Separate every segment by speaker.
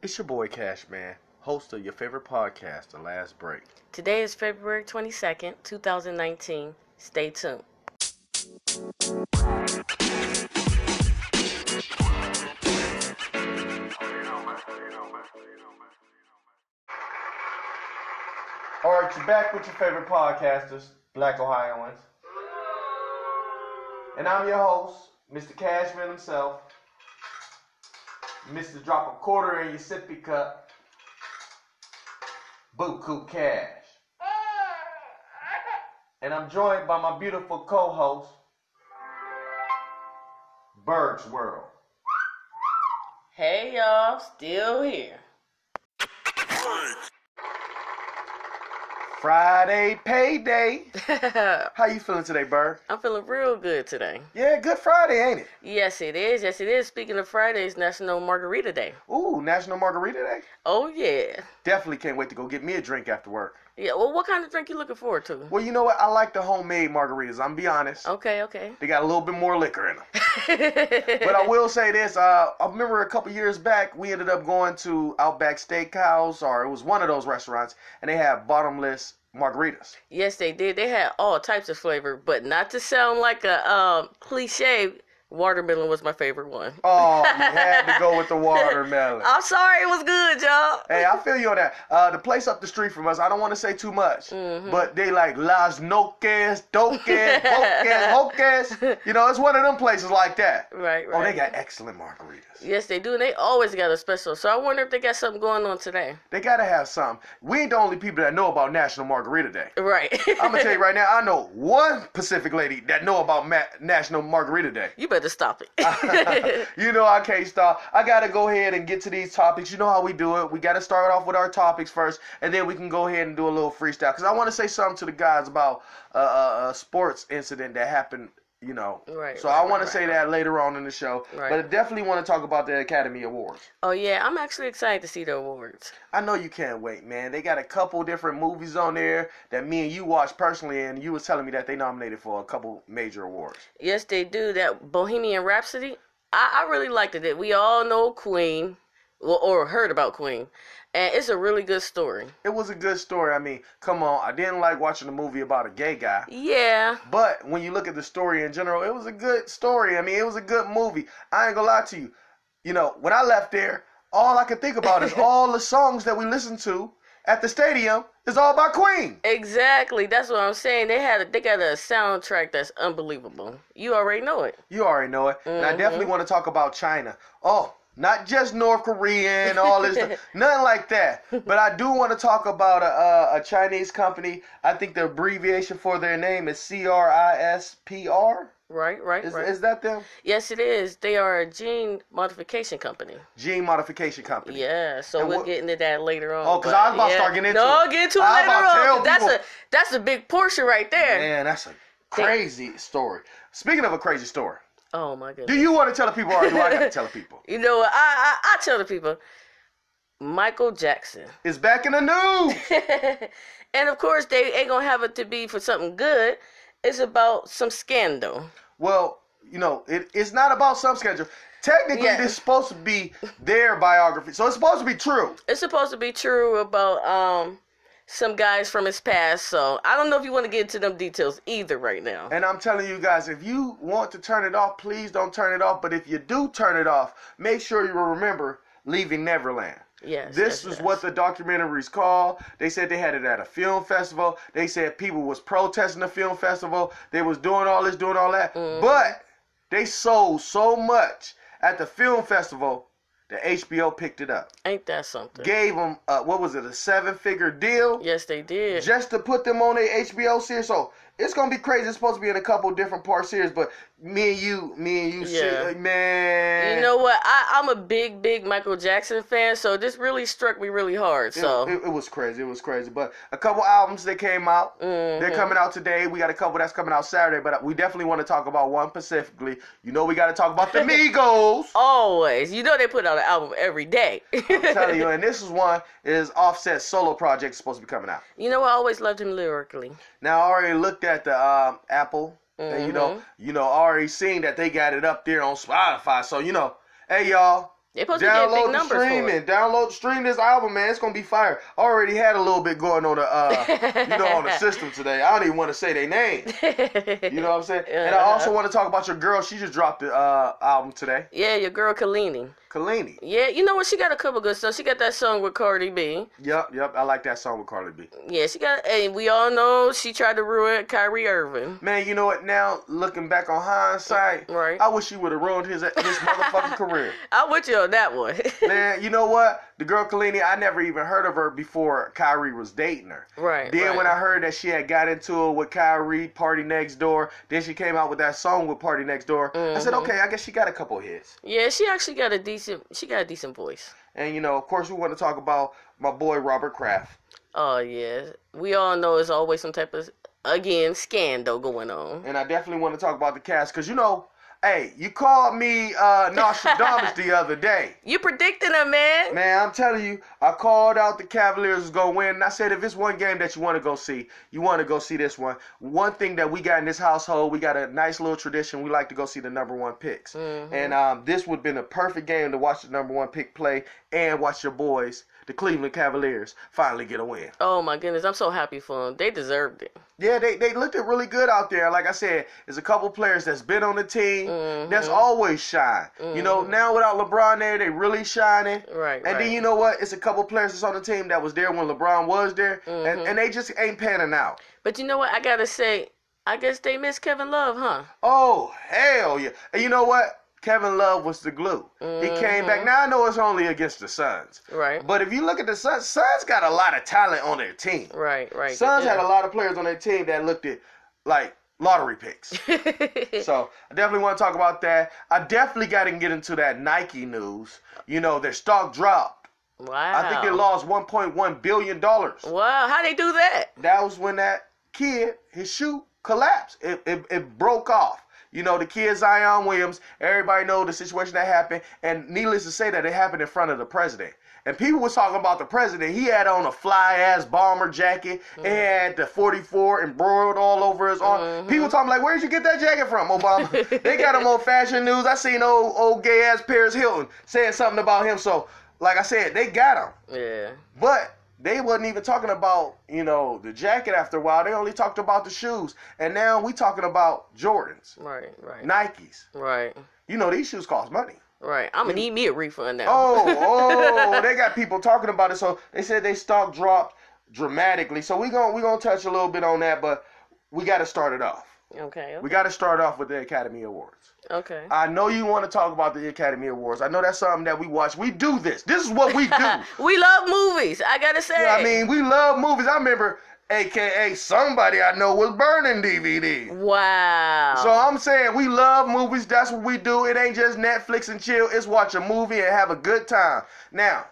Speaker 1: It's your boy Cashman, host of your favorite podcast, The Last Break.
Speaker 2: Today is February 22nd, 2019. Stay tuned.
Speaker 1: All right, you're back with your favorite podcasters, Black Ohioans. And I'm your host, Mr. Cashman himself, Mr. Drop a Quarter in Your Sippy Cup, Buku Cash. And I'm joined by my beautiful co host, Berg's World.
Speaker 2: Hey y'all, still here.
Speaker 1: Friday payday.
Speaker 2: I'm
Speaker 1: How you feeling today, Berg?
Speaker 2: feeling real good today.
Speaker 1: Yeah, Good Friday, ain't it?
Speaker 2: Yes, it is. Yes, it is. Speaking of Fridays, National Margarita Day.
Speaker 1: Ooh, National Margarita Day.
Speaker 2: Oh yeah.
Speaker 1: Definitely can't wait to go get me a drink after work.
Speaker 2: Yeah. Well, what kind of drink you looking forward to?
Speaker 1: Well, you know what? I like the homemade margaritas. I'm be honest.
Speaker 2: Okay, okay.
Speaker 1: They got a little bit more liquor in them. but I will say this: uh, I remember a couple years back, we ended up going to Outback Steakhouse, or it was one of those restaurants, and they had bottomless margaritas.
Speaker 2: Yes, they did. They had all types of flavor, but not to sound like a um, cliche. Watermelon was my favorite one.
Speaker 1: Oh, you had to go with the watermelon.
Speaker 2: I'm sorry, it was good, y'all.
Speaker 1: Hey, I feel you on that. Uh, the place up the street from us, I don't want to say too much, but they like Las Noques, Doques, Boques, Hoques. You know, it's one of them places like that.
Speaker 2: Right,
Speaker 1: Oh,
Speaker 2: right.
Speaker 1: they got excellent margaritas.
Speaker 2: Yes, they do, and they always got a special. So I wonder if they got something going on today.
Speaker 1: They got to have some. We ain't the only people that know about National Margarita Day.
Speaker 2: Right.
Speaker 1: I'm going to tell you right now, I know one Pacific lady that know about Ma- National Margarita Day.
Speaker 2: you better stop it.
Speaker 1: you know I can't stop. I gotta go ahead and get to these topics. You know how we do it. We gotta start off with our topics first, and then we can go ahead and do a little freestyle. Cause I want to say something to the guys about uh, uh, a sports incident that happened. You know,
Speaker 2: Right,
Speaker 1: So
Speaker 2: right,
Speaker 1: I want
Speaker 2: right,
Speaker 1: to say
Speaker 2: right,
Speaker 1: that later on in the show.
Speaker 2: Right.
Speaker 1: But I definitely want to talk about the Academy Awards.
Speaker 2: oh yeah, I'm actually excited to see the awards.
Speaker 1: I know you can't wait, man. They got a couple different movies on there that me and you watched personally, and you was telling me that they nominated for a couple major awards.
Speaker 2: Yes, they do. That Bohemian Rhapsody, I, I really liked it. We all know Queen, well, or heard about Queen, and it's a really good story.
Speaker 1: It was a good story. I mean, come on. I didn't like watching a movie about a gay guy.
Speaker 2: Yeah.
Speaker 1: But when you look at the story in general, it was a good story. I mean, it was a good movie. I ain't gonna lie to you. You know, when I left there, all I could think about is all the songs that we listened to at the stadium is all by Queen.
Speaker 2: Exactly. That's what I'm saying. They had a, they got a soundtrack that's unbelievable. You already know it.
Speaker 1: You already know it. And I definitely want to talk about China. Oh, not just North Korea and all this, stuff. nothing like that. But I do want to talk about a, a, a Chinese company. I think the abbreviation for their name is C R I S P R.
Speaker 2: Right, right,
Speaker 1: Is
Speaker 2: right.
Speaker 1: is that them?
Speaker 2: yes, it is. They are a gene modification company.
Speaker 1: Gene modification company.
Speaker 2: Yeah, so
Speaker 1: And
Speaker 2: we're
Speaker 1: what-
Speaker 2: getting into that later on.
Speaker 1: Oh, 'cause
Speaker 2: but
Speaker 1: I was about to start getting into
Speaker 2: no,
Speaker 1: it.
Speaker 2: get to it
Speaker 1: I was
Speaker 2: later
Speaker 1: about to
Speaker 2: on.
Speaker 1: tell
Speaker 2: 'cause That's a
Speaker 1: people-
Speaker 2: that's a big portion right there.
Speaker 1: Man, that's a crazy story. Speaking of a crazy story,
Speaker 2: Oh my goodness.
Speaker 1: do you want to tell the people or do I got to tell the people?
Speaker 2: You know what? I, I I tell the people, Michael Jackson,
Speaker 1: It's back in the news.
Speaker 2: and of course they ain't gonna have it to be for something good. It's about some scandal.
Speaker 1: Well, you know, it, it's not about some schedule. Technically,
Speaker 2: Yeah.
Speaker 1: this is supposed to be their biography, so it's supposed to be true.
Speaker 2: It's supposed to be true about um some guys from his past. So I don't know if you want to get into them details either right now.
Speaker 1: And I'm telling you guys, if you want to turn it off, please don't turn it off. But if you do turn it off, make sure you remember leaving Neverland.
Speaker 2: Yes.
Speaker 1: This
Speaker 2: yes,
Speaker 1: is what the documentary's called. They said they had it at a film festival. They said people was protesting the film festival. They was doing all this, doing all that.
Speaker 2: Mm-hmm.
Speaker 1: But they sold so much at the film festival that HBO picked it up.
Speaker 2: yes. ain't that something?
Speaker 1: Gave them uh, what was it, a seven-figure deal
Speaker 2: yes, they did.
Speaker 1: just to put them on a HBO series. So it's gonna be crazy. It's supposed to be in a couple different part series, but me and you, me and you, shit,
Speaker 2: Yeah.
Speaker 1: like, man.
Speaker 2: you know what? I, I'm a big, big Michael Jackson fan, so this really struck me really hard.
Speaker 1: It-
Speaker 2: So
Speaker 1: it, it was crazy. It was crazy. But a couple albums that came out, they're coming out today. We got a couple that's coming out Saturday, but we definitely want to talk about one specifically. You know, we got to talk about the Migos.
Speaker 2: always, you know, they put out an album every day.
Speaker 1: I'm telling you, and this is one is Offset solo project supposed to be coming out.
Speaker 2: You know, I always loved him lyrically.
Speaker 1: Now I already looked at the um, Apple, and you know, you know, I already seen that they got it up there on Spotify. So you know, hey y'all,
Speaker 2: They supposed to be getting
Speaker 1: Download
Speaker 2: big
Speaker 1: the
Speaker 2: numbers for
Speaker 1: streaming.
Speaker 2: it.
Speaker 1: Download stream this album, man. It's gonna be fire. I already had a little bit going on the uh, you know on the system today. I don't even want to say their name. You know what I'm saying? And I also want to talk about your girl. She just dropped the uh, album today,
Speaker 2: yeah, your girl Kalini.
Speaker 1: Kalini.
Speaker 2: Yeah, you know what? She got a couple good stuff. She got that song with Cardi B.
Speaker 1: Yep, yep. I like that song with Carly B.
Speaker 2: Yeah, she got, and we all know she tried to ruin Kyrie Irving.
Speaker 1: Man, you know what? Now looking back on hindsight,
Speaker 2: Right.
Speaker 1: I wish he would have ruined his his motherfucking career.
Speaker 2: I'm with you on that one.
Speaker 1: Man, you know what? The girl Kalini, I never even heard of her before Kyrie was dating her.
Speaker 2: right.
Speaker 1: Then
Speaker 2: right.
Speaker 1: when I heard that she had got into it with Kyrie, Party Next Door, then she came out with that song with Party Next Door. I said, okay, I guess she got a couple hits.
Speaker 2: yeah, she actually got a decent. She got a decent voice.
Speaker 1: And you know, of course, we want to talk about my boy Robert Kraft.
Speaker 2: Oh yeah, we all know it's always some type of again scandal going on.
Speaker 1: And I definitely want to talk about the cast because you know, hey, you called me uh, Nostradamus the other day.
Speaker 2: You predicting it, man?
Speaker 1: Man, I'm telling you, I called out the Cavaliers was gonna win, and I said if it's one game that you want to go see, you want to go see this one. One thing that we got in this household, we got a nice little tradition. We like to go see the number one picks, and um, this would have been a perfect game to watch the number one pick play and watch your boys, the Cleveland Cavaliers, finally get a win.
Speaker 2: Oh my goodness, I'm so happy for them. They deserved it.
Speaker 1: Yeah, they they looked at really good out there. Like I said, there's a couple players that's been on the team that's always shine. You know, now without LeBron there, they really shining.
Speaker 2: Right.
Speaker 1: And then you know what? It's a couple players that's on the team that was there when LeBron was there, and, and they just ain't panning out.
Speaker 2: But you know what? I gotta say, I guess they miss Kevin Love, huh?
Speaker 1: Oh hell yeah! And you know what? Kevin Love was the glue. He came back. Now I know it's only against the Suns,
Speaker 2: Right.
Speaker 1: but if you look at the Suns, Suns got a lot of talent on their team.
Speaker 2: right. Right.
Speaker 1: Suns had a lot of players on their team that looked at like lottery picks. so I definitely want to talk about that. I definitely got to get into that Nike news. You know, their stock dropped.
Speaker 2: wow.
Speaker 1: I think they lost 1.1 billion dollars.
Speaker 2: Wow. How they do that?
Speaker 1: that was when that kid, his shoe collapsed. It, it, it broke off. You know, the kid Zion Williams, everybody know the situation that happened. And needless to say that it happened in front of the president. And people was talking about the president. He had on a fly ass bomber jacket. It had the 44 embroidered all over his arm. People talking like, where'd you get that jacket from, Obama? they got him on fashion news. I seen old old gay ass Paris Hilton saying something about him. So, like I said, they got him.
Speaker 2: Yeah.
Speaker 1: But they wasn't even talking about, you know, the jacket after a while. They only talked about the shoes. And now we talking about Jordans,
Speaker 2: Right. Right.
Speaker 1: Nikes.
Speaker 2: right.
Speaker 1: You know, these shoes cost money.
Speaker 2: Right. I'm gonna need me a refund now.
Speaker 1: Oh, oh, they got people talking about it. So they said they stock dropped dramatically. So we going we going to touch a little bit on that, but we got to start it off.
Speaker 2: Okay.
Speaker 1: oh. We got to start off with the Academy Awards.
Speaker 2: Okay.
Speaker 1: I know you want to talk about the Academy Awards. I know that's something that we watch. We do this. This is what we do.
Speaker 2: we love movies. I gotta say.
Speaker 1: I mean, we love movies. I remember, AKA, somebody I know was burning DVD.
Speaker 2: Wow.
Speaker 1: So I'm saying we love movies. That's what we do. It ain't just Netflix and chill. It's watch a movie and have a good time. Now,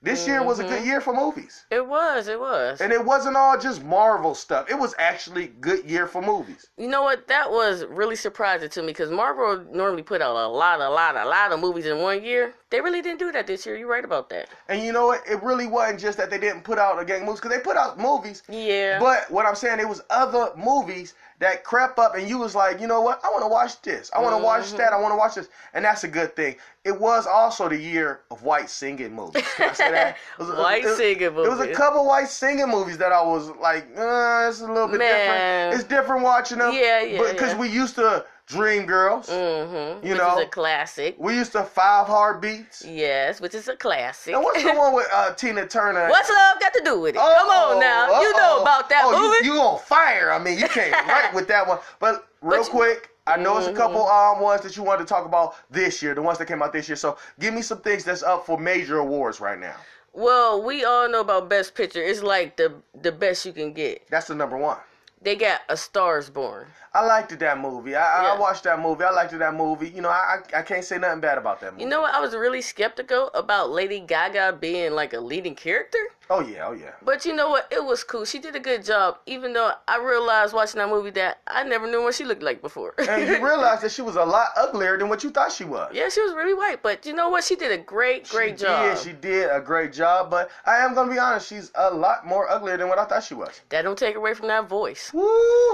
Speaker 1: this year was a good year for movies.
Speaker 2: it was. It was.
Speaker 1: And it wasn't all just Marvel stuff. It was actually good year for movies.
Speaker 2: You know what? That was really surprising to me because Marvel normally put out a lot, a lot, a lot of movies in one year. They really didn't do that this year. You're right about that.
Speaker 1: And you know what? It really wasn't just that they didn't put out a gang movies because they put out movies.
Speaker 2: Yeah.
Speaker 1: But what I'm saying, it was other movies that crept up, and you was like, you know what? I want to watch this. I want to
Speaker 2: Mm-hmm.
Speaker 1: watch that. I want to watch this, and that's a good thing. It was also the year of white singing movies. Can I say that? It was-
Speaker 2: White
Speaker 1: it-
Speaker 2: singing
Speaker 1: It was a
Speaker 2: movies.
Speaker 1: couple white singing movies that I was like, uh, it's a little bit
Speaker 2: Man.
Speaker 1: different. It's different watching them.
Speaker 2: Yeah, yeah,
Speaker 1: Because
Speaker 2: yeah.
Speaker 1: we used to Dream Girls.
Speaker 2: mm-hmm.
Speaker 1: you
Speaker 2: which
Speaker 1: know.
Speaker 2: is a classic.
Speaker 1: We used to Five Heartbeats.
Speaker 2: Yes, which is a classic.
Speaker 1: And what's the one with uh, Tina Turner?
Speaker 2: What's love got to do with it? Come
Speaker 1: Uh-oh,
Speaker 2: on now, you know
Speaker 1: uh-oh.
Speaker 2: about that
Speaker 1: Oh, you-
Speaker 2: movie.
Speaker 1: You, on fire? I mean, you came right with that one. But real
Speaker 2: But you- Mm-hmm.
Speaker 1: quick, I know it's a couple um ones that you wanted to talk about this year, the ones that came out this year. So give me some things that's up for major awards right now.
Speaker 2: well, we all know about Best Picture. It's like the the best you can get.
Speaker 1: That's the number one.
Speaker 2: They got A Star's Born.
Speaker 1: I liked it, that movie. I, I
Speaker 2: Yeah.
Speaker 1: watched that movie. I liked it, that movie. You know, I I I can't say nothing bad about that movie.
Speaker 2: You know what? I was really skeptical about Lady Gaga being like a leading character.
Speaker 1: Oh yeah, oh yeah.
Speaker 2: But you know what? It was cool. She did a good job, even though I realized watching that movie that I never knew what she looked like before.
Speaker 1: And you realize that she was a lot uglier than what you thought she was.
Speaker 2: yeah, she was really white, but you know what? She did a great, great
Speaker 1: she
Speaker 2: job.
Speaker 1: Did, she did a great job, but I am gonna be honest, she's a lot more uglier than what I thought she was.
Speaker 2: that don't take away from that voice.
Speaker 1: Woo,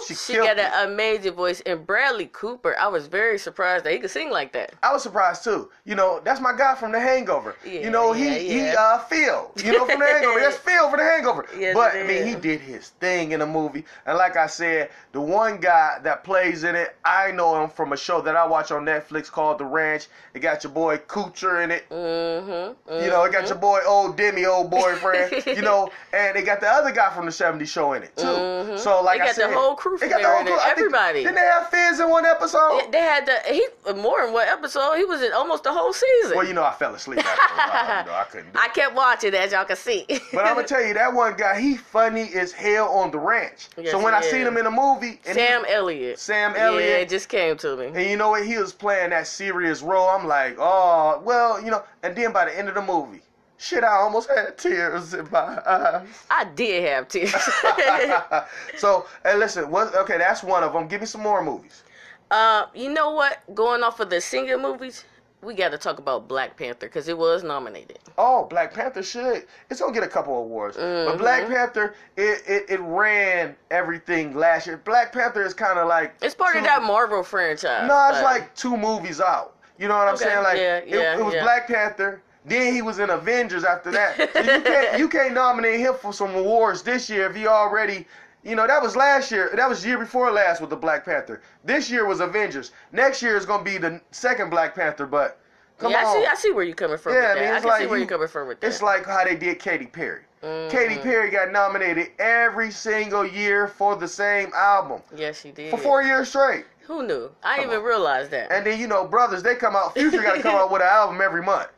Speaker 1: she,
Speaker 2: She
Speaker 1: killed
Speaker 2: got
Speaker 1: it.
Speaker 2: an amazing voice, and Bradley Cooper. I was very surprised that he could sing like that.
Speaker 1: I was surprised too. You know, that's my guy from The Hangover.
Speaker 2: Yeah,
Speaker 1: you know, he
Speaker 2: yeah,
Speaker 1: he
Speaker 2: yeah.
Speaker 1: uh Phil. You know, from The Hangover. That's Phil for The Hangover.
Speaker 2: Yes,
Speaker 1: but
Speaker 2: it
Speaker 1: I mean, he
Speaker 2: is.
Speaker 1: did his thing in the movie. And like I said, the one guy that plays in it, I know him from a show that I watch on Netflix called The Ranch. It got your boy Coocher in it.
Speaker 2: Mm-hmm.
Speaker 1: You know, it got your boy old Demi, old boyfriend. you know, and they got the other guy from the '70s show in it too.
Speaker 2: Mhm.
Speaker 1: So like
Speaker 2: They
Speaker 1: I
Speaker 2: got the
Speaker 1: said,
Speaker 2: whole crew
Speaker 1: they
Speaker 2: from
Speaker 1: got the
Speaker 2: there
Speaker 1: whole
Speaker 2: in it,
Speaker 1: crew. I think-
Speaker 2: everybody.
Speaker 1: Didn't they have Fizz in one episode?
Speaker 2: They had the he more in one episode. He was in almost the whole season.
Speaker 1: Well, you know, I fell asleep. After, you know, I couldn't. Do
Speaker 2: I
Speaker 1: it.
Speaker 2: kept watching as y'all can see.
Speaker 1: But I'm gonna tell you, that one guy, he funny as hell on the ranch.
Speaker 2: Yes,
Speaker 1: so when
Speaker 2: he
Speaker 1: I seen
Speaker 2: is.
Speaker 1: him in a movie, and he-
Speaker 2: Sam Elliott.
Speaker 1: Sam
Speaker 2: Yeah,
Speaker 1: Elliott,
Speaker 2: it just came to me.
Speaker 1: And you know what? He was playing that serious role. I'm like, oh, well, you know. And then by the end of the movie, shit, I almost had tears in my eyes.
Speaker 2: I did have tears.
Speaker 1: so, hey, listen, what, okay, that's one of them. Give me some more movies.
Speaker 2: uh, you know what? Going off of the singer movies, we got to talk about Black Panther because it was nominated.
Speaker 1: Oh, Black Panther should. It's gonna get a couple awards. But
Speaker 2: Mm-hmm.
Speaker 1: Black Panther, it, it it ran everything last year. Black Panther is kind of like
Speaker 2: It's part of
Speaker 1: two-
Speaker 2: that Marvel franchise.
Speaker 1: Hmm. No, it's
Speaker 2: but-
Speaker 1: like two movies out. You know what I'm
Speaker 2: Okay,
Speaker 1: saying? Like
Speaker 2: yeah,
Speaker 1: it-
Speaker 2: yeah,
Speaker 1: it, was
Speaker 2: yeah.
Speaker 1: Black Panther. Then he was in Avengers after that. So you can't you can't nominate him for some awards this year if he already you know, that was last year. That was year before last with the Black Panther. This year was Avengers. Next year is gonna be the second Black Panther, but come
Speaker 2: yeah,
Speaker 1: on.
Speaker 2: I see. I see where you're coming from.
Speaker 1: Yeah, I
Speaker 2: with
Speaker 1: mean,
Speaker 2: that. I
Speaker 1: it's
Speaker 2: can see
Speaker 1: like
Speaker 2: where
Speaker 1: you-
Speaker 2: you're Mm. coming from with that.
Speaker 1: It's like how they did Katy Perry. Katy Perry got nominated every single year for the same album
Speaker 2: yes, he did.
Speaker 1: for four years straight.
Speaker 2: Who knew? I didn't
Speaker 1: Come
Speaker 2: even realize that.
Speaker 1: And then you know, brothers, they come out. Future got to come out with an album every month.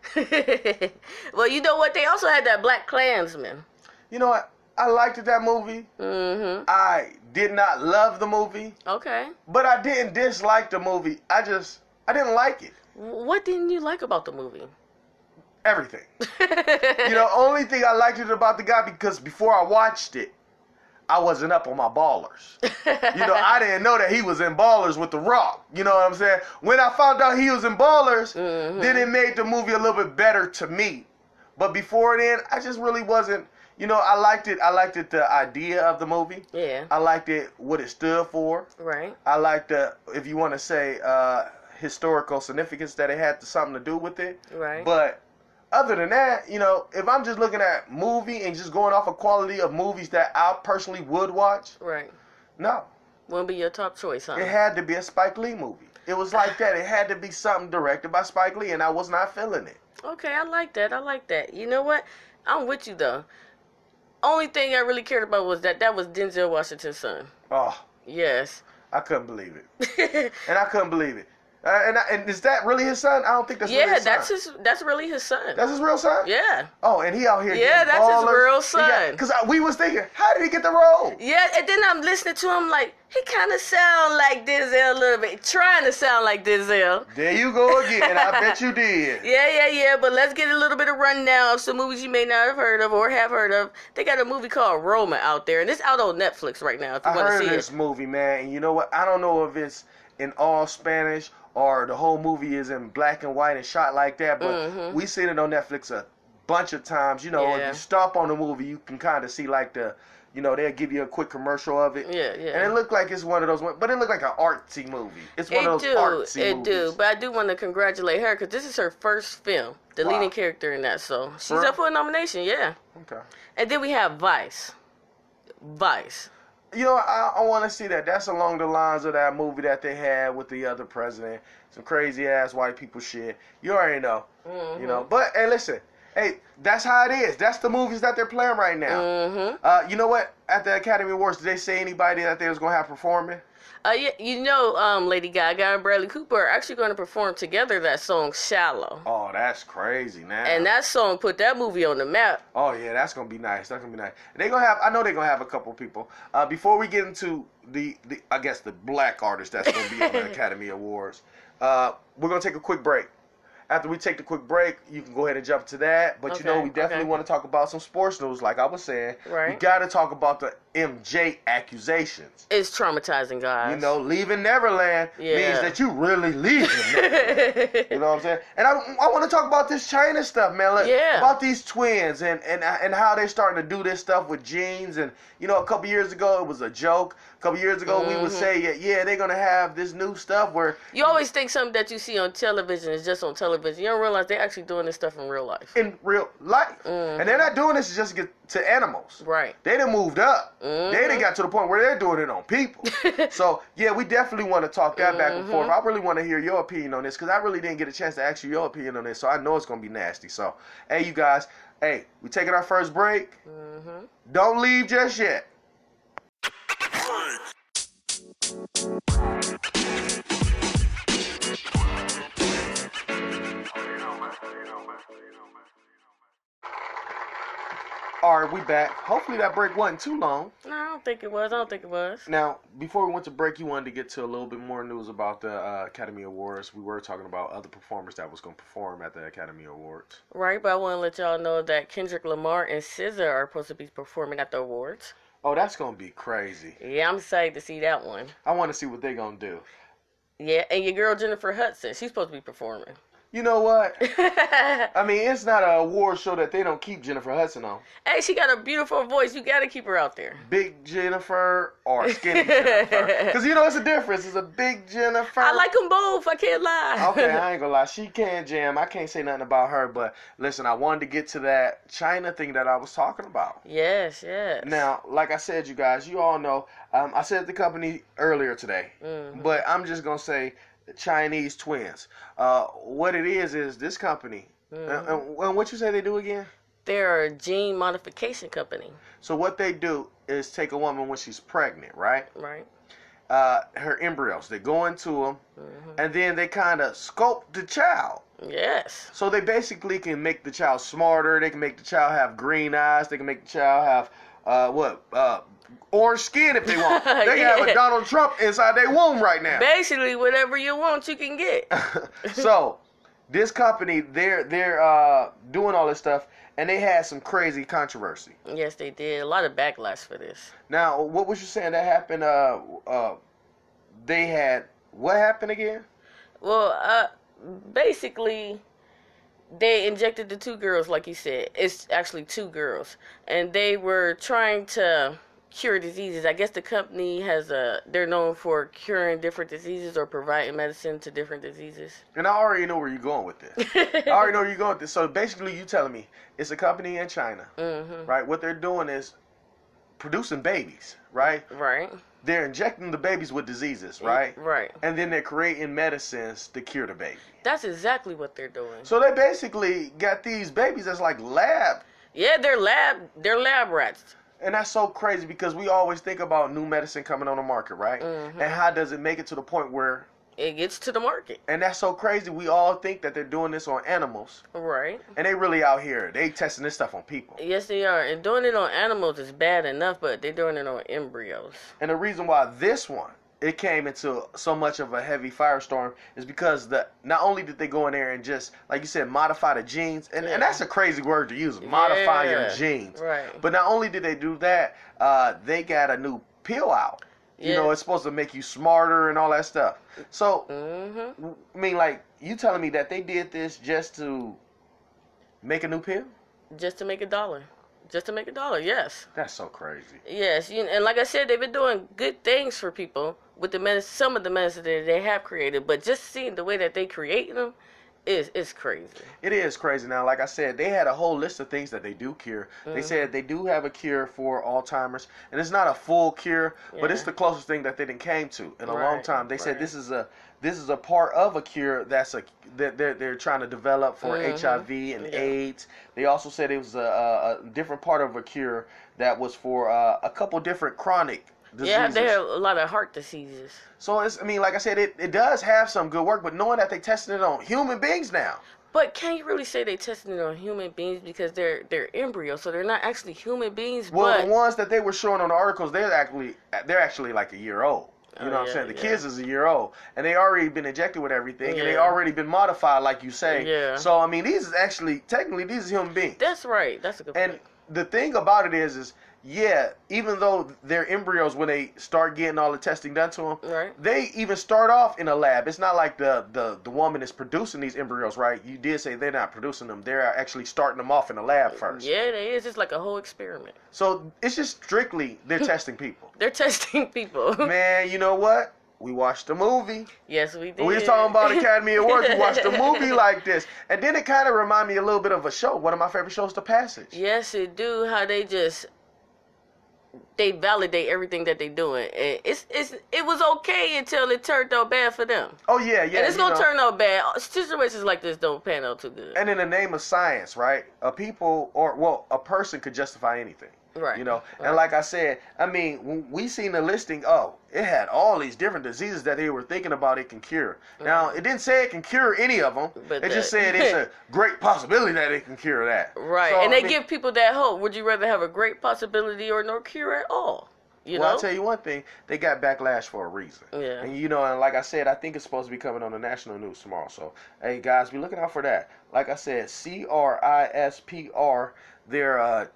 Speaker 2: well, you know what? They also had that Black Klansman.
Speaker 1: You know what? I liked that movie.
Speaker 2: Mm-hmm.
Speaker 1: I did not love the movie,
Speaker 2: Okay.
Speaker 1: but I didn't dislike the movie. I just I didn't like it.
Speaker 2: W- What didn't you like about the movie?
Speaker 1: Everything. You know, only thing I liked it about the guy because before I watched it, I wasn't up on my ballers. You know, I didn't know that he was in Ballers with The Rock. You know what I'm saying? When I found out he was in Ballers, then it made the movie a little bit better to me. But before then, I just really wasn't. You know, I liked it. I liked it the idea of the movie.
Speaker 2: yeah.
Speaker 1: I liked it what it stood for.
Speaker 2: right.
Speaker 1: I liked the, if you want to say, uh, historical significance that it had to something to do with it.
Speaker 2: Right.
Speaker 1: But other than that, you know, if I'm just looking at movie and just going off a quality of movies that I personally would watch,
Speaker 2: Right.
Speaker 1: no,
Speaker 2: Wouldn't be your top choice, huh?
Speaker 1: it had to be a Spike Lee movie. It was like that. It had to be something directed by Spike Lee, and I was not feeling it.
Speaker 2: Okay, I like that. I like that. You know what? I'm with you though. Only thing I really cared about was that that was Denzel Washington's son.
Speaker 1: Oh,
Speaker 2: Yes.
Speaker 1: I couldn't believe it, and I couldn't believe it. Uh, and I, and is that really his son? I don't think that's really
Speaker 2: yeah,
Speaker 1: his
Speaker 2: that's
Speaker 1: son.
Speaker 2: his. That's really his son.
Speaker 1: that's his real son.
Speaker 2: yeah.
Speaker 1: Oh, and he out here.
Speaker 2: Yeah,
Speaker 1: getting
Speaker 2: that's his
Speaker 1: ballers.
Speaker 2: real son.
Speaker 1: Because we was thinking, how did he get the role?
Speaker 2: Yeah, and then I'm listening to him like he kind of sound like Denzel a little bit, trying to sound like Denzel.
Speaker 1: There you go again. I bet you did.
Speaker 2: Yeah, yeah, yeah. But let's get a little bit of rundown of some movies you may not have heard of or have heard of. They got a movie called Roma out there, and it's out on Netflix right now. If you
Speaker 1: I
Speaker 2: want to
Speaker 1: heard
Speaker 2: see
Speaker 1: of this
Speaker 2: it,
Speaker 1: movie, man, and you know what? I don't know if it's in all Spanish or the whole movie is in black and white and shot like that, but we seen it on Netflix a bunch of times. You know,
Speaker 2: Mm-hmm. Yeah.
Speaker 1: if you stop on the movie, you can kind of see like the, you know, they'll give you a quick commercial of it.
Speaker 2: Yeah, yeah.
Speaker 1: And it looked like it's one of those, one- but it looked like an artsy movie. It's one of
Speaker 2: it
Speaker 1: those artsy
Speaker 2: do, it
Speaker 1: movies.
Speaker 2: do. But I do want to congratulate her because this is her first film, the
Speaker 1: Wow.
Speaker 2: leading character in that. So she's
Speaker 1: real?
Speaker 2: up for a nomination, yeah.
Speaker 1: okay.
Speaker 2: And then we have Vice, Vice.
Speaker 1: You know, I, I want to see that. That's along the lines of that movie that they had with the other president. Some crazy ass white people shit. You already know.
Speaker 2: Mm-hmm.
Speaker 1: You know, but hey, listen, hey, that's how it is. That's the movies that they're playing right now.
Speaker 2: Mm-hmm.
Speaker 1: Uh, you know what? At the Academy Awards, did they say anybody that they was gonna have performing?
Speaker 2: Uh, yeah, you know, um, Lady Gaga and Bradley Cooper are actually going to perform together that song "Shallow,"
Speaker 1: Oh, that's crazy, man.
Speaker 2: and that song put that movie on the map.
Speaker 1: Oh yeah, that's gonna be nice. That's gonna be nice. They're gonna have. I know they're gonna have a couple people. Uh, before we get into the, the, I guess the black artist that's gonna be on the Academy Awards, uh, we're gonna take a quick break, After we take the quick break, you can go ahead and jump to that. But you know,
Speaker 2: Okay,
Speaker 1: we definitely
Speaker 2: okay.
Speaker 1: want to talk about some sports news, like I was saying. We
Speaker 2: Right.
Speaker 1: got to talk about the MJ accusations.
Speaker 2: It's traumatizing, guys.
Speaker 1: You know, leaving Neverland means
Speaker 2: Yeah.
Speaker 1: that you really leaving. You know
Speaker 2: know.
Speaker 1: what I'm saying? And I, I want to talk about this China stuff, man. Like,
Speaker 2: Yeah.
Speaker 1: About these twins and, and and how they starting to do this stuff with jeans. And, you know, a couple years ago, it was a joke. A couple years ago, we would say, yeah, yeah they're going to have this new stuff where
Speaker 2: you always think something that you see on television is just on television. You don't realize they're actually doing this stuff in real life.
Speaker 1: in real life. And they're not doing this just to get to animals.
Speaker 2: Right.
Speaker 1: They done moved up. They done got to the point where they're doing it on people. so yeah, we definitely want to talk that back and forth. I really want to hear your opinion on this because I really didn't get a chance to ask you your opinion on this. So I know it's gonna be nasty. So hey, you guys, hey, we taking our first break. Don't leave just yet. All right, we back. Hopefully that break wasn't too long.
Speaker 2: No, I don't think it was. I don't think it was.
Speaker 1: Now, before we went to break, you wanted to get to a little bit more news about the uh, Academy Awards. We were talking about other performers that was going to perform at the Academy Awards.
Speaker 2: Right, but I want to let y'all know that Kendrick Lamar and SZA are supposed to be performing at the awards.
Speaker 1: Oh, that's going to be crazy.
Speaker 2: Yeah, I'm excited to see that one.
Speaker 1: I want to see what they're going to do.
Speaker 2: Yeah, and your girl Jennifer Hudson, she's supposed to be performing.
Speaker 1: You know what?
Speaker 2: hey,
Speaker 1: I mean, it's not an award show that they don't keep Jennifer Hudson on.
Speaker 2: she got a beautiful voice. You got to keep her out there.
Speaker 1: Big Jennifer or skinny Jennifer. Because, you know, it's a difference. It's a big Jennifer.
Speaker 2: I like them both. I can't lie.
Speaker 1: okay, I ain't gonna lie. She can jam. I can't say nothing about her, but listen, I wanted to get to that China thing that I was talking about.
Speaker 2: yes, yes.
Speaker 1: Now, like I said, you guys, you all know, um, I said the company earlier today,
Speaker 2: Mhm.
Speaker 1: but I'm just gonna say Chinese twins. Uh, what it is is this company. And-
Speaker 2: Mm-hmm.
Speaker 1: And, and what you say they do again?
Speaker 2: they're a gene modification company,
Speaker 1: So what they do is take a woman when she's pregnant, right?
Speaker 2: right?
Speaker 1: Uh, her embryos. They go into them,
Speaker 2: Mhm.
Speaker 1: and then they kind of sculpt the child.
Speaker 2: Yes.
Speaker 1: So they basically can make the child smarter. They can make the child have green eyes. They can make the child have uh, what uh, orange skin if they want. They can have a
Speaker 2: Yeah.
Speaker 1: Donald Trump inside their womb right now.
Speaker 2: Basically, whatever you want, you can get.
Speaker 1: so this company, they're they're uh, doing all this stuff, and they had some crazy controversy.
Speaker 2: yes, they did. A lot of backlash for this.
Speaker 1: Now, what was you saying that happened? Uh, uh, they had what happened again?
Speaker 2: Well, uh, basically, they injected the two girls, like you said. It's actually two girls, and they were trying to cure diseases. I guess the company has a. They're known for curing different diseases or providing medicine to different diseases.
Speaker 1: And I already know where you're going with this. I already know where you're going with this. So basically, you telling me it's a company in China.
Speaker 2: Mm-hmm.
Speaker 1: right? What they're doing is producing babies, right?
Speaker 2: Right.
Speaker 1: They're injecting the babies with diseases,
Speaker 2: Mm-hmm.
Speaker 1: right?
Speaker 2: Right.
Speaker 1: And then they're creating medicines to cure the baby.
Speaker 2: That's exactly what they're doing.
Speaker 1: So they basically got these babies that's like lab.
Speaker 2: Yeah, they're lab. They're lab rats.
Speaker 1: And that's so crazy because we always think about new medicine coming on the market, right? And how does it make it to the point where
Speaker 2: It gets to the market.
Speaker 1: and that's so crazy. We all think that they're doing this on animals,
Speaker 2: Right.
Speaker 1: and they really out here. They testing this stuff on people.
Speaker 2: Yes, they are. And doing it on animals is bad enough, but they're doing it on embryos.
Speaker 1: And the reason why this one it came into so much of a heavy firestorm is because the not only did they go in there and just like you said modify the genes and, and that's a crazy word to use modify your
Speaker 2: Yeah,
Speaker 1: genes
Speaker 2: right.
Speaker 1: but not only did they do that uh, they got a new pill out you know
Speaker 2: Yeah.
Speaker 1: it's supposed to make you smarter and all that stuff so
Speaker 2: Mm-hmm.
Speaker 1: i mean like you telling me that they did this just to make a new pill
Speaker 2: just to make a dollar just to make a dollar yes
Speaker 1: that's so crazy
Speaker 2: yes you, and like i said they've been doing good things for people with the medicine some of the medicine that they have created but just seeing the way that they create them is is crazy
Speaker 1: It is crazy now. Like I said, they had a whole list of things that they do cure.
Speaker 2: Uh-huh.
Speaker 1: They said they do have a cure for Alzheimer's, and it's not a full cure, but it's
Speaker 2: Yeah.
Speaker 1: the closest thing that they did came to in a long
Speaker 2: Right,
Speaker 1: time. They said
Speaker 2: right.
Speaker 1: this is a this is a part of a cure that's a that they're they're trying to develop for
Speaker 2: Mhm.
Speaker 1: HIV and
Speaker 2: Yeah.
Speaker 1: AIDS. They also said it was a, a, a different part of a cure that was for uh, a couple different chronic diseases.
Speaker 2: yeah they have a lot of heart diseases
Speaker 1: So it's I mean, like I said, it, it does have some good work, but knowing that they testing it on human beings now.
Speaker 2: but can you really say they testing it on human beings because they're they're embryos so they're not actually human beings
Speaker 1: Well,
Speaker 2: but
Speaker 1: the ones that they were showing on the articles, they're actually they're actually like a year old. You
Speaker 2: Oh,
Speaker 1: know what I'm
Speaker 2: yeah,
Speaker 1: saying? The
Speaker 2: yeah.
Speaker 1: kids is a year old, and they already been injected with everything, and they
Speaker 2: Yeah.
Speaker 1: already been modified, like you say.
Speaker 2: Yeah.
Speaker 1: So I mean, these is actually technically these are human beings.
Speaker 2: That's right. That's a good
Speaker 1: And
Speaker 2: point.
Speaker 1: the thing about it is, is yeah, even though they're embryos when they start getting all the testing done to them,
Speaker 2: Right.
Speaker 1: they even start off in a lab. It's not like the the the woman is producing these embryos, right? You did say they're not producing them; they're actually starting them off in a lab first.
Speaker 2: Yeah, it is. It's like a whole experiment.
Speaker 1: So it's just strictly they're testing people.
Speaker 2: They're testing people.
Speaker 1: Man, you know what? We watched the movie.
Speaker 2: yes, we did.
Speaker 1: We was talking about Academy Awards. We watched a movie like this, and then it kind of reminded me a little bit of a show. One of my favorite shows, The Passage.
Speaker 2: Yes, it do. How they just they validate everything that they doing. And it's it's it was okay until it turned out bad for them.
Speaker 1: Oh yeah, yeah.
Speaker 2: and it's
Speaker 1: you
Speaker 2: gonna
Speaker 1: know.
Speaker 2: turn out bad. Situations like this don't pan out too good.
Speaker 1: And in the name of science, right? A people or well, a person could justify anything.
Speaker 2: Right.
Speaker 1: You know,
Speaker 2: Right.
Speaker 1: and like I said, I mean, when we seen the listing. Oh, it had all these different diseases that they were thinking about it can cure. Now, it didn't say it can cure any of them.
Speaker 2: Mm. But
Speaker 1: it just said
Speaker 2: that-
Speaker 1: it's a great possibility that it can cure that.
Speaker 2: right.
Speaker 1: So,
Speaker 2: and they
Speaker 1: I mean-
Speaker 2: give people that hope. Would you rather have a great possibility or no cure at all? You
Speaker 1: well,
Speaker 2: know.
Speaker 1: I'll tell you one thing. They got backlash for a reason.
Speaker 2: Yeah.
Speaker 1: And you know, and like I said, I think it's supposed to be coming on the national news tomorrow. So, hey guys, be looking out for that. Like I said, C R I S P R. They're uh,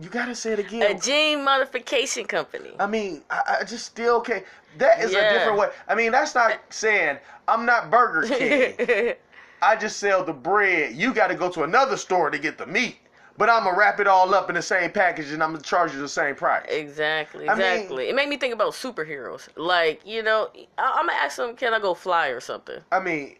Speaker 1: you gotta say it
Speaker 2: a
Speaker 1: again.
Speaker 2: gene modification company.
Speaker 1: I mean, I, I just still can't. That is
Speaker 2: Yeah.
Speaker 1: a different way. I mean, that's not saying I'm not Burger King. I just sell the bread. You got to go to another store to get the meat. But I'm gonna wrap it all up in the same package, and I'm gonna charge you the same price.
Speaker 2: Exactly,
Speaker 1: I mean-
Speaker 2: exactly. it made me think about superheroes. Like, you know, I- I'm gonna ask them, can I go fly or something?
Speaker 1: I mean,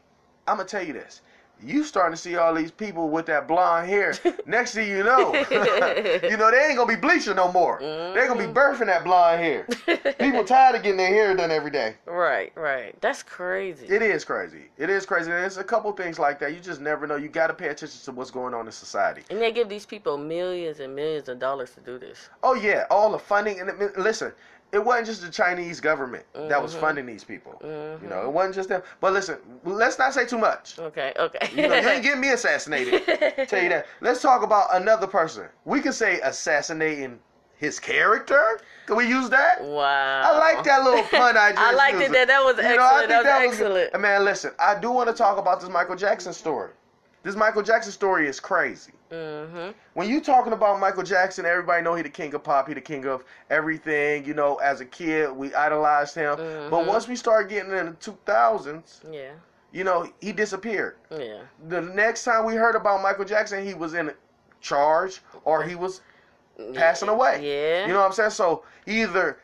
Speaker 1: I'm gonna tell you this. You starting to see all these people with that blonde hair. Next thing you know, you know they ain't gonna be bleaching no more. They're gonna be birthing that blonde hair. people tired of getting their hair done every day.
Speaker 2: Right, right. That's crazy.
Speaker 1: It is crazy. It is crazy. There's a couple things like that. You just never know. You gotta pay attention to what's going on in society.
Speaker 2: and they give these people millions and millions of dollars to do this.
Speaker 1: Oh yeah, all the funding and it- listen, it wasn't just the Chinese government that was funding these people. You know, it wasn't just them. But listen, let's not say too much.
Speaker 2: Okay, okay.
Speaker 1: You, know, you ain't getting me assassinated. Tell you that. Let's talk about another person. We could say assassinating his character. Can we use that?
Speaker 2: wow.
Speaker 1: I like that little pun I just
Speaker 2: I liked it.
Speaker 1: used.
Speaker 2: That that was
Speaker 1: You
Speaker 2: excellent.
Speaker 1: know, I think
Speaker 2: that,
Speaker 1: that
Speaker 2: was excellent.
Speaker 1: Man, listen, I do want to talk about this Michael Jackson story. This Michael Jackson story is crazy.
Speaker 2: mm-hmm.
Speaker 1: When you talking about Michael Jackson, everybody know he the king of pop, he the king of everything. You know, as a kid, we idolized him.
Speaker 2: Uh-huh.
Speaker 1: But once we started getting in the 2000s,
Speaker 2: Mm-hmm. Yeah,
Speaker 1: you know, he disappeared
Speaker 2: yeah.
Speaker 1: the next time we heard about Michael Jackson, he was in charge or he was passing away.
Speaker 2: Yeah.
Speaker 1: You know what I'm saying? So he either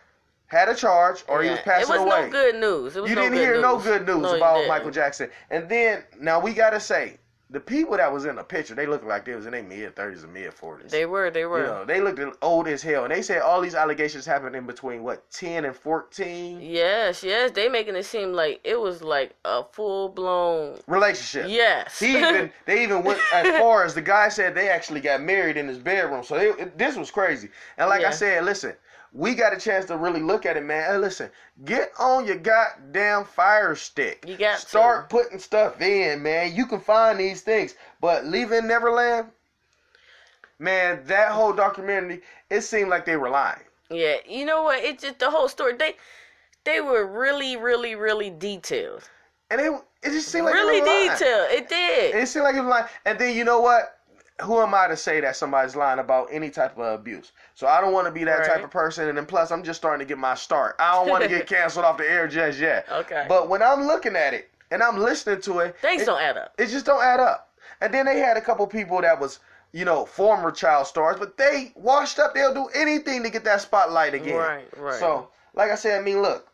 Speaker 1: had a charge or he was
Speaker 2: Yeah.
Speaker 1: passing
Speaker 2: It was
Speaker 1: away.
Speaker 2: no good news. It was
Speaker 1: you
Speaker 2: no
Speaker 1: didn't
Speaker 2: good
Speaker 1: hear
Speaker 2: news.
Speaker 1: no good news
Speaker 2: No, you
Speaker 1: about
Speaker 2: didn't.
Speaker 1: Michael Jackson. And then now we gotta say the people that was in the picture, they looked like they was in their mid thirties and mid forties.
Speaker 2: They were, they were.
Speaker 1: you know, they looked old as hell, and they said all these allegations happened in between what ten and fourteen
Speaker 2: Yes, yes. They making it seem like it was like a full blown
Speaker 1: relationship.
Speaker 2: yes.
Speaker 1: He even they even went as far as the guy said they actually got married in his bedroom. So it, it- this was crazy. And like
Speaker 2: Yeah.
Speaker 1: I said, listen, we got a chance to really look at it, man. Hey, listen, get on your goddamn fire stick.
Speaker 2: You got to.
Speaker 1: start putting stuff in, man. You can find these things, but leaving Neverland, man, that whole documentary, it seemed like they were lying.
Speaker 2: yeah, you know what? It's just the whole story. They they were really, really, really detailed.
Speaker 1: And it it just seemed like they
Speaker 2: really
Speaker 1: were lying.
Speaker 2: detailed. It did.
Speaker 1: It seemed like it was lying. And then you know what? Who am I to say that somebody's lying about any type of abuse? So I don't want to be that
Speaker 2: Right.
Speaker 1: type of person. And then plus, I'm just starting to get my start. I don't want to get canceled off the air just yet.
Speaker 2: Okay.
Speaker 1: But when I'm looking at it and I'm listening to it,
Speaker 2: Things
Speaker 1: it,
Speaker 2: don't add up.
Speaker 1: it just don't add up. And then they had a couple people that was, you know, former child stars, but they washed up. They'll do anything to get that spotlight again.
Speaker 2: Right, right.
Speaker 1: So, like I said, I mean, look,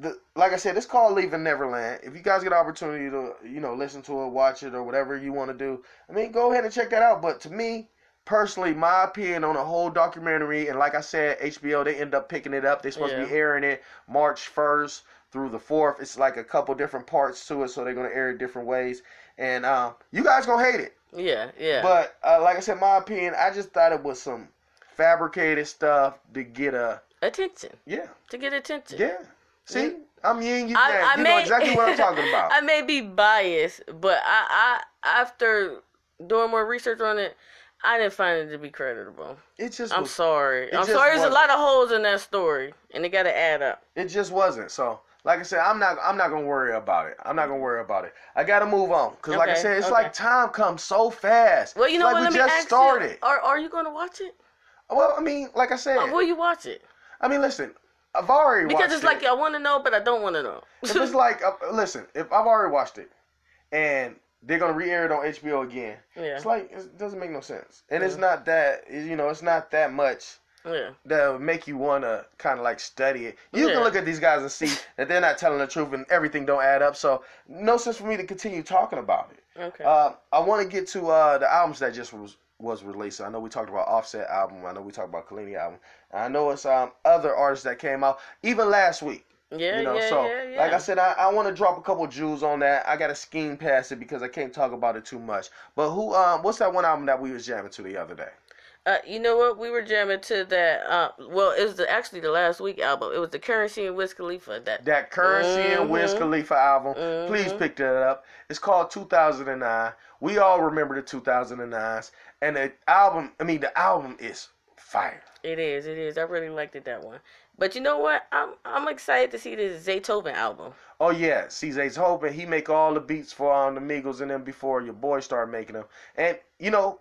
Speaker 1: the like I said, it's called Leaving Neverland. If you guys get an opportunity to, you know, listen to it, watch it, or whatever you want to do, I mean, go ahead and check that out. But to me, personally, my opinion on the whole documentary, and like I said, HBO they end up picking it up. They're supposed to be
Speaker 2: Yeah.
Speaker 1: airing it March first through the fourth. It's like a couple different parts to it, so they're gonna air it different ways. And um, you guys gonna hate it,
Speaker 2: Yeah, yeah.
Speaker 1: but uh, like I said, my opinion, I just thought it was some fabricated stuff to get a
Speaker 2: attention.
Speaker 1: yeah.
Speaker 2: To get attention.
Speaker 1: Yeah. See, I'm yin, you
Speaker 2: I-
Speaker 1: yang.
Speaker 2: I
Speaker 1: you know
Speaker 2: may-
Speaker 1: exactly what I'm talking about.
Speaker 2: I may be biased, but I, I after doing more research on it, I didn't find it to be creditable.
Speaker 1: it just
Speaker 2: I'm
Speaker 1: was,
Speaker 2: sorry. I'm
Speaker 1: just
Speaker 2: sorry. There's a
Speaker 1: wasn't.
Speaker 2: lot of holes in that story, and it got to add up.
Speaker 1: it just wasn't. So like I said, I'm not I'm not gonna worry about it. I'm not gonna worry about it. I gotta move on because, like I
Speaker 2: Okay,
Speaker 1: said, it's
Speaker 2: okay.
Speaker 1: like time comes so fast.
Speaker 2: Well, you know
Speaker 1: like
Speaker 2: what?
Speaker 1: We
Speaker 2: Let me
Speaker 1: just
Speaker 2: ask
Speaker 1: started.
Speaker 2: you. Are Are you going to watch it?
Speaker 1: Well, I mean, like I said,
Speaker 2: Or will you watch it?
Speaker 1: I mean, listen, I've already
Speaker 2: Uh, Because
Speaker 1: watched
Speaker 2: it's like
Speaker 1: it.
Speaker 2: I want to know, but I don't want to know.
Speaker 1: if it's like, uh, listen, if I've already watched it, and they're gonna re-air it on HBO again,
Speaker 2: yeah.
Speaker 1: it's like it doesn't make no sense. And it's not that you know, it's not that much
Speaker 2: yeah.
Speaker 1: that would make you want to kind of like study it. You
Speaker 2: Yeah.
Speaker 1: can look at these guys and see that they're not telling the truth and everything don't add up. So no sense for me to continue talking about it.
Speaker 2: Okay.
Speaker 1: Uh, I want to get to uh, the albums that just was was released. I know we talked about Offset album. I know we talked about Kalini album. I know it's um other artists that came out even last week.
Speaker 2: yeah.
Speaker 1: you know,
Speaker 2: yeah.
Speaker 1: so
Speaker 2: yeah. Yeah.
Speaker 1: like I said, I, I want to drop a couple jewels on that. I got to scheme past it because I can't talk about it too much. But who um what's that one album that we was jamming to the other day?
Speaker 2: Uh, you know what? We were jamming to that. Uh, well, it was the, actually the last week album. It was the Currency and Wiz Khalifa. That
Speaker 1: That Currency and Wiz
Speaker 2: Mhm.
Speaker 1: Khalifa album.
Speaker 2: Mhm.
Speaker 1: Please pick that up. It's called 2009. We all remember the 2009s. And the album, I mean, the album is fire.
Speaker 2: it is. It is. I really liked it that one. But you know what? I'm I'm excited to see this Zaytoven album.
Speaker 1: Oh, yeah. CJ's hoping he make all the beats for um, the Migos and them before your boy start making them. And, you know,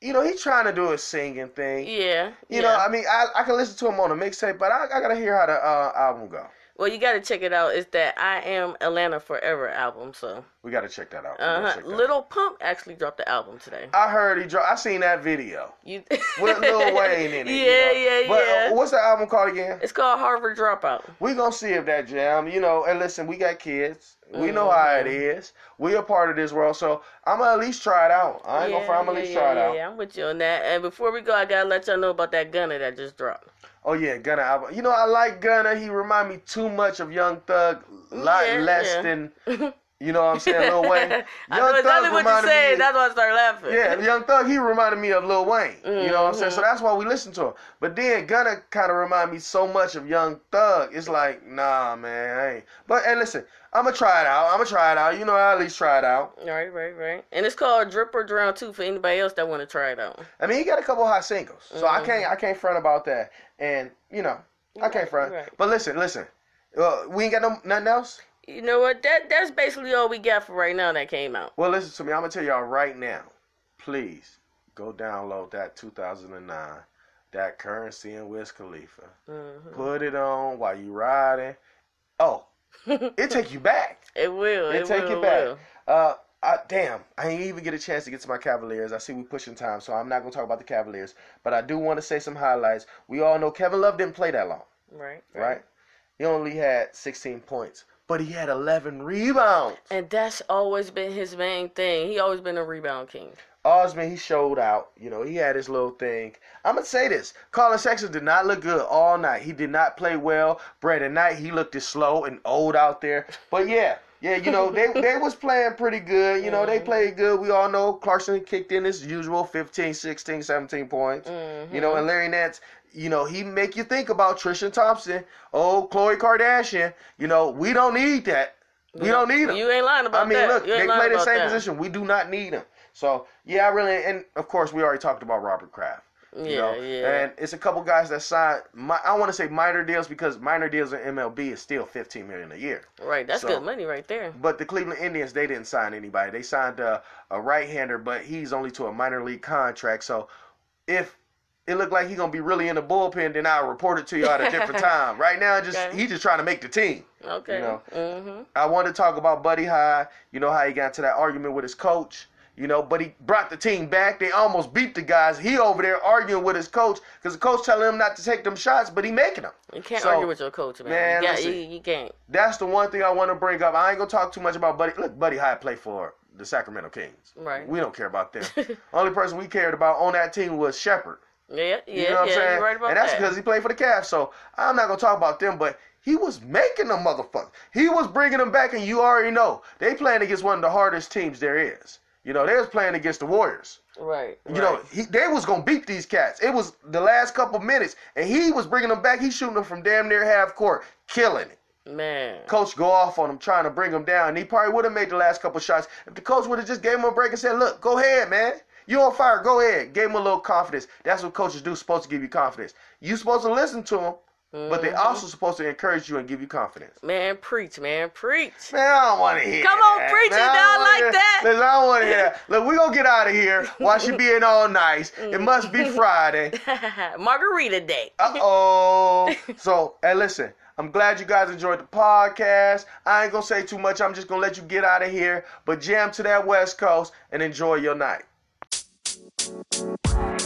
Speaker 1: you know, he's trying to do his singing thing.
Speaker 2: Yeah.
Speaker 1: You
Speaker 2: yeah.
Speaker 1: know, I mean, I, I can listen to him on a mixtape, but I, I got to hear how the uh, album go.
Speaker 2: well, you got to check it out. It's that I Am Atlanta Forever album. So,
Speaker 1: We got to check that out. We gotta
Speaker 2: uh huh.
Speaker 1: check that out.
Speaker 2: Little Pump actually dropped the album today.
Speaker 1: I heard he dropped. I seen that video.
Speaker 2: You
Speaker 1: with Lil Wayne in it. you
Speaker 2: Yeah,
Speaker 1: know.
Speaker 2: yeah,
Speaker 1: but, uh,
Speaker 2: yeah.
Speaker 1: But what's the album called again?
Speaker 2: It's called Harvard Dropout.
Speaker 1: We gonna see if that jam, you know. And listen, we got kids. We know how it
Speaker 2: Mm-hmm.
Speaker 1: is. We a part of this world, so I'm gonna at least try it out. I ain't gonna fry. I'm gonna at least
Speaker 2: yeah,
Speaker 1: try it
Speaker 2: yeah,
Speaker 1: out.
Speaker 2: Yeah, I'm with you on that. And before we go, I gotta let y'all know about that gunner that just dropped.
Speaker 1: Oh yeah, Gunna album. You know, I like Gunna. He remind me too much of Young Thug. A lot
Speaker 2: Yeah,
Speaker 1: less
Speaker 2: yeah.
Speaker 1: than you know what I'm saying, Lil Wayne. Young
Speaker 2: I know exactly what you're
Speaker 1: reminded me
Speaker 2: saying.
Speaker 1: of-
Speaker 2: That's why I started laughing.
Speaker 1: Yeah, Young Thug, he reminded me of Lil Wayne. You know what I'm saying?
Speaker 2: Mhm.
Speaker 1: So that's why we listen to him. But then Gunna kind of remind me so much of Young Thug. It's like, nah, man, I ain't. But hey, listen, I'ma try it out. I'ma try it out. You know, I at least try it out.
Speaker 2: Right, right, right. And it's called Drip or Drown too for anybody else that want to try it out.
Speaker 1: I mean, he got a couple hot singles, so I
Speaker 2: Mhm.
Speaker 1: can't, I can't front about that. And you know, I
Speaker 2: Right,
Speaker 1: can't front.
Speaker 2: right.
Speaker 1: But listen, listen, uh, we ain't got no nothing else.
Speaker 2: You know what? That that's basically all we got for right now that came out.
Speaker 1: Well, listen to me. I'm gonna tell y'all right now. Please go download that 2009, that Currency and Wiz Khalifa.
Speaker 2: Mhm.
Speaker 1: Put it on while you riding. Oh, it take you back.
Speaker 2: It will.
Speaker 1: It
Speaker 2: It,
Speaker 1: take
Speaker 2: will,
Speaker 1: it back.
Speaker 2: will.
Speaker 1: Uh, I, damn, I ain't even get a chance to get to my Cavaliers. I see we pushing time, so I'm not gonna talk about the Cavaliers. But I do want to say some highlights. We all know Kevin Love didn't play that long,
Speaker 2: Right,
Speaker 1: right? He only had 16 points, but he had 11 rebounds.
Speaker 2: And that's always been his main thing. He always been a rebound king.
Speaker 1: Osman, he showed out. You know, he had his little thing. I'm gonna say this: Colin Sexton did not look good all night. He did not play well. Brandon Knight, he looked as slow and old out there. But yeah, yeah, you know, they they was playing pretty good. You know, they played good. We all know Clarkson kicked in his usual 15, 16, 17 points. You know, and Larry Nance, you know, he make you think about Trisha Thompson, oh Khloe Kardashian. You know, we don't need that. We don't need them.
Speaker 2: You ain't lying about
Speaker 1: I mean,
Speaker 2: that.
Speaker 1: look,
Speaker 2: You ain't
Speaker 1: they
Speaker 2: lying
Speaker 1: play the
Speaker 2: about
Speaker 1: same
Speaker 2: that.
Speaker 1: position. We do not need them. So yeah, I really and of course we already talked about Robert Kraft.
Speaker 2: Yeah,
Speaker 1: You know?
Speaker 2: yeah.
Speaker 1: And it's a couple guys that signed. My, I want to say minor deals because minor deals in MLB is still fifteen million a year.
Speaker 2: right, that's
Speaker 1: so-
Speaker 2: good money right there.
Speaker 1: But the Cleveland Indians they didn't sign anybody. They signed a, a right-hander, but he's only to a minor league contract. So if it looked like he gonna be really in the bullpen, then I'll report it to you at a different time. Right now, just
Speaker 2: Okay.
Speaker 1: he just trying to make the team.
Speaker 2: Okay.
Speaker 1: know.
Speaker 2: mm-hmm.
Speaker 1: I want to talk about Buddy High. You know how he got into that argument with his coach. You know, but he brought the team back. They almost beat the guys. He over there arguing with his coach because the coach telling him not to take them shots, but he making them.
Speaker 2: You can't
Speaker 1: So,
Speaker 2: argue with your coach, man.
Speaker 1: man,
Speaker 2: you, got-
Speaker 1: listen.
Speaker 2: you, you can't.
Speaker 1: That's the one thing I want to bring up. I ain't gonna talk too much about Buddy. Look, Buddy High played for the Sacramento Kings.
Speaker 2: Right.
Speaker 1: We don't care about them. Only person we cared about on that team was Shepard.
Speaker 2: Yeah,
Speaker 1: You know
Speaker 2: yeah,
Speaker 1: what
Speaker 2: yeah.
Speaker 1: I'm saying?
Speaker 2: You're right about
Speaker 1: and that's
Speaker 2: that.
Speaker 1: because he played for the Cavs. So I'm not gonna talk about them, but he was making them motherfuckers. He was bringing them back, and you already know they playing against one of the hardest teams there is. You know, they was playing against the Warriors.
Speaker 2: right.
Speaker 1: You know, he, they was gonna beat these cats. It was the last couple minutes, and he was bringing them back. He shooting them from damn near half court, killing it.
Speaker 2: know, man.
Speaker 1: Coach go off on him, trying to bring him down. And he probably would have made the last couple shots if the coach would have just gave him a break and said, "Look, go ahead, man. You on fire. Go ahead." Gave him a little confidence. That's what coaches do. Supposed to give you confidence. You supposed to listen to him. But
Speaker 2: Mm-hmm.
Speaker 1: they also supposed to encourage you and give you confidence.
Speaker 2: Man, preach, man, preach.
Speaker 1: Man, I don't want to hear.
Speaker 2: Come on,
Speaker 1: that.
Speaker 2: preach
Speaker 1: Man,
Speaker 2: it
Speaker 1: I
Speaker 2: down
Speaker 1: don't wanna
Speaker 2: like
Speaker 1: hear-
Speaker 2: that.
Speaker 1: Listen, I don't want to hear that. Look, we gonna get out of here. While she being all nice, it must be Friday.
Speaker 2: Margarita Day.
Speaker 1: Uh oh. So, hey, listen. I'm glad you guys enjoyed the podcast. I ain't gonna say too much. I'm just gonna let you get out of here. But jam to that West Coast and enjoy your night.
Speaker 3: Bye.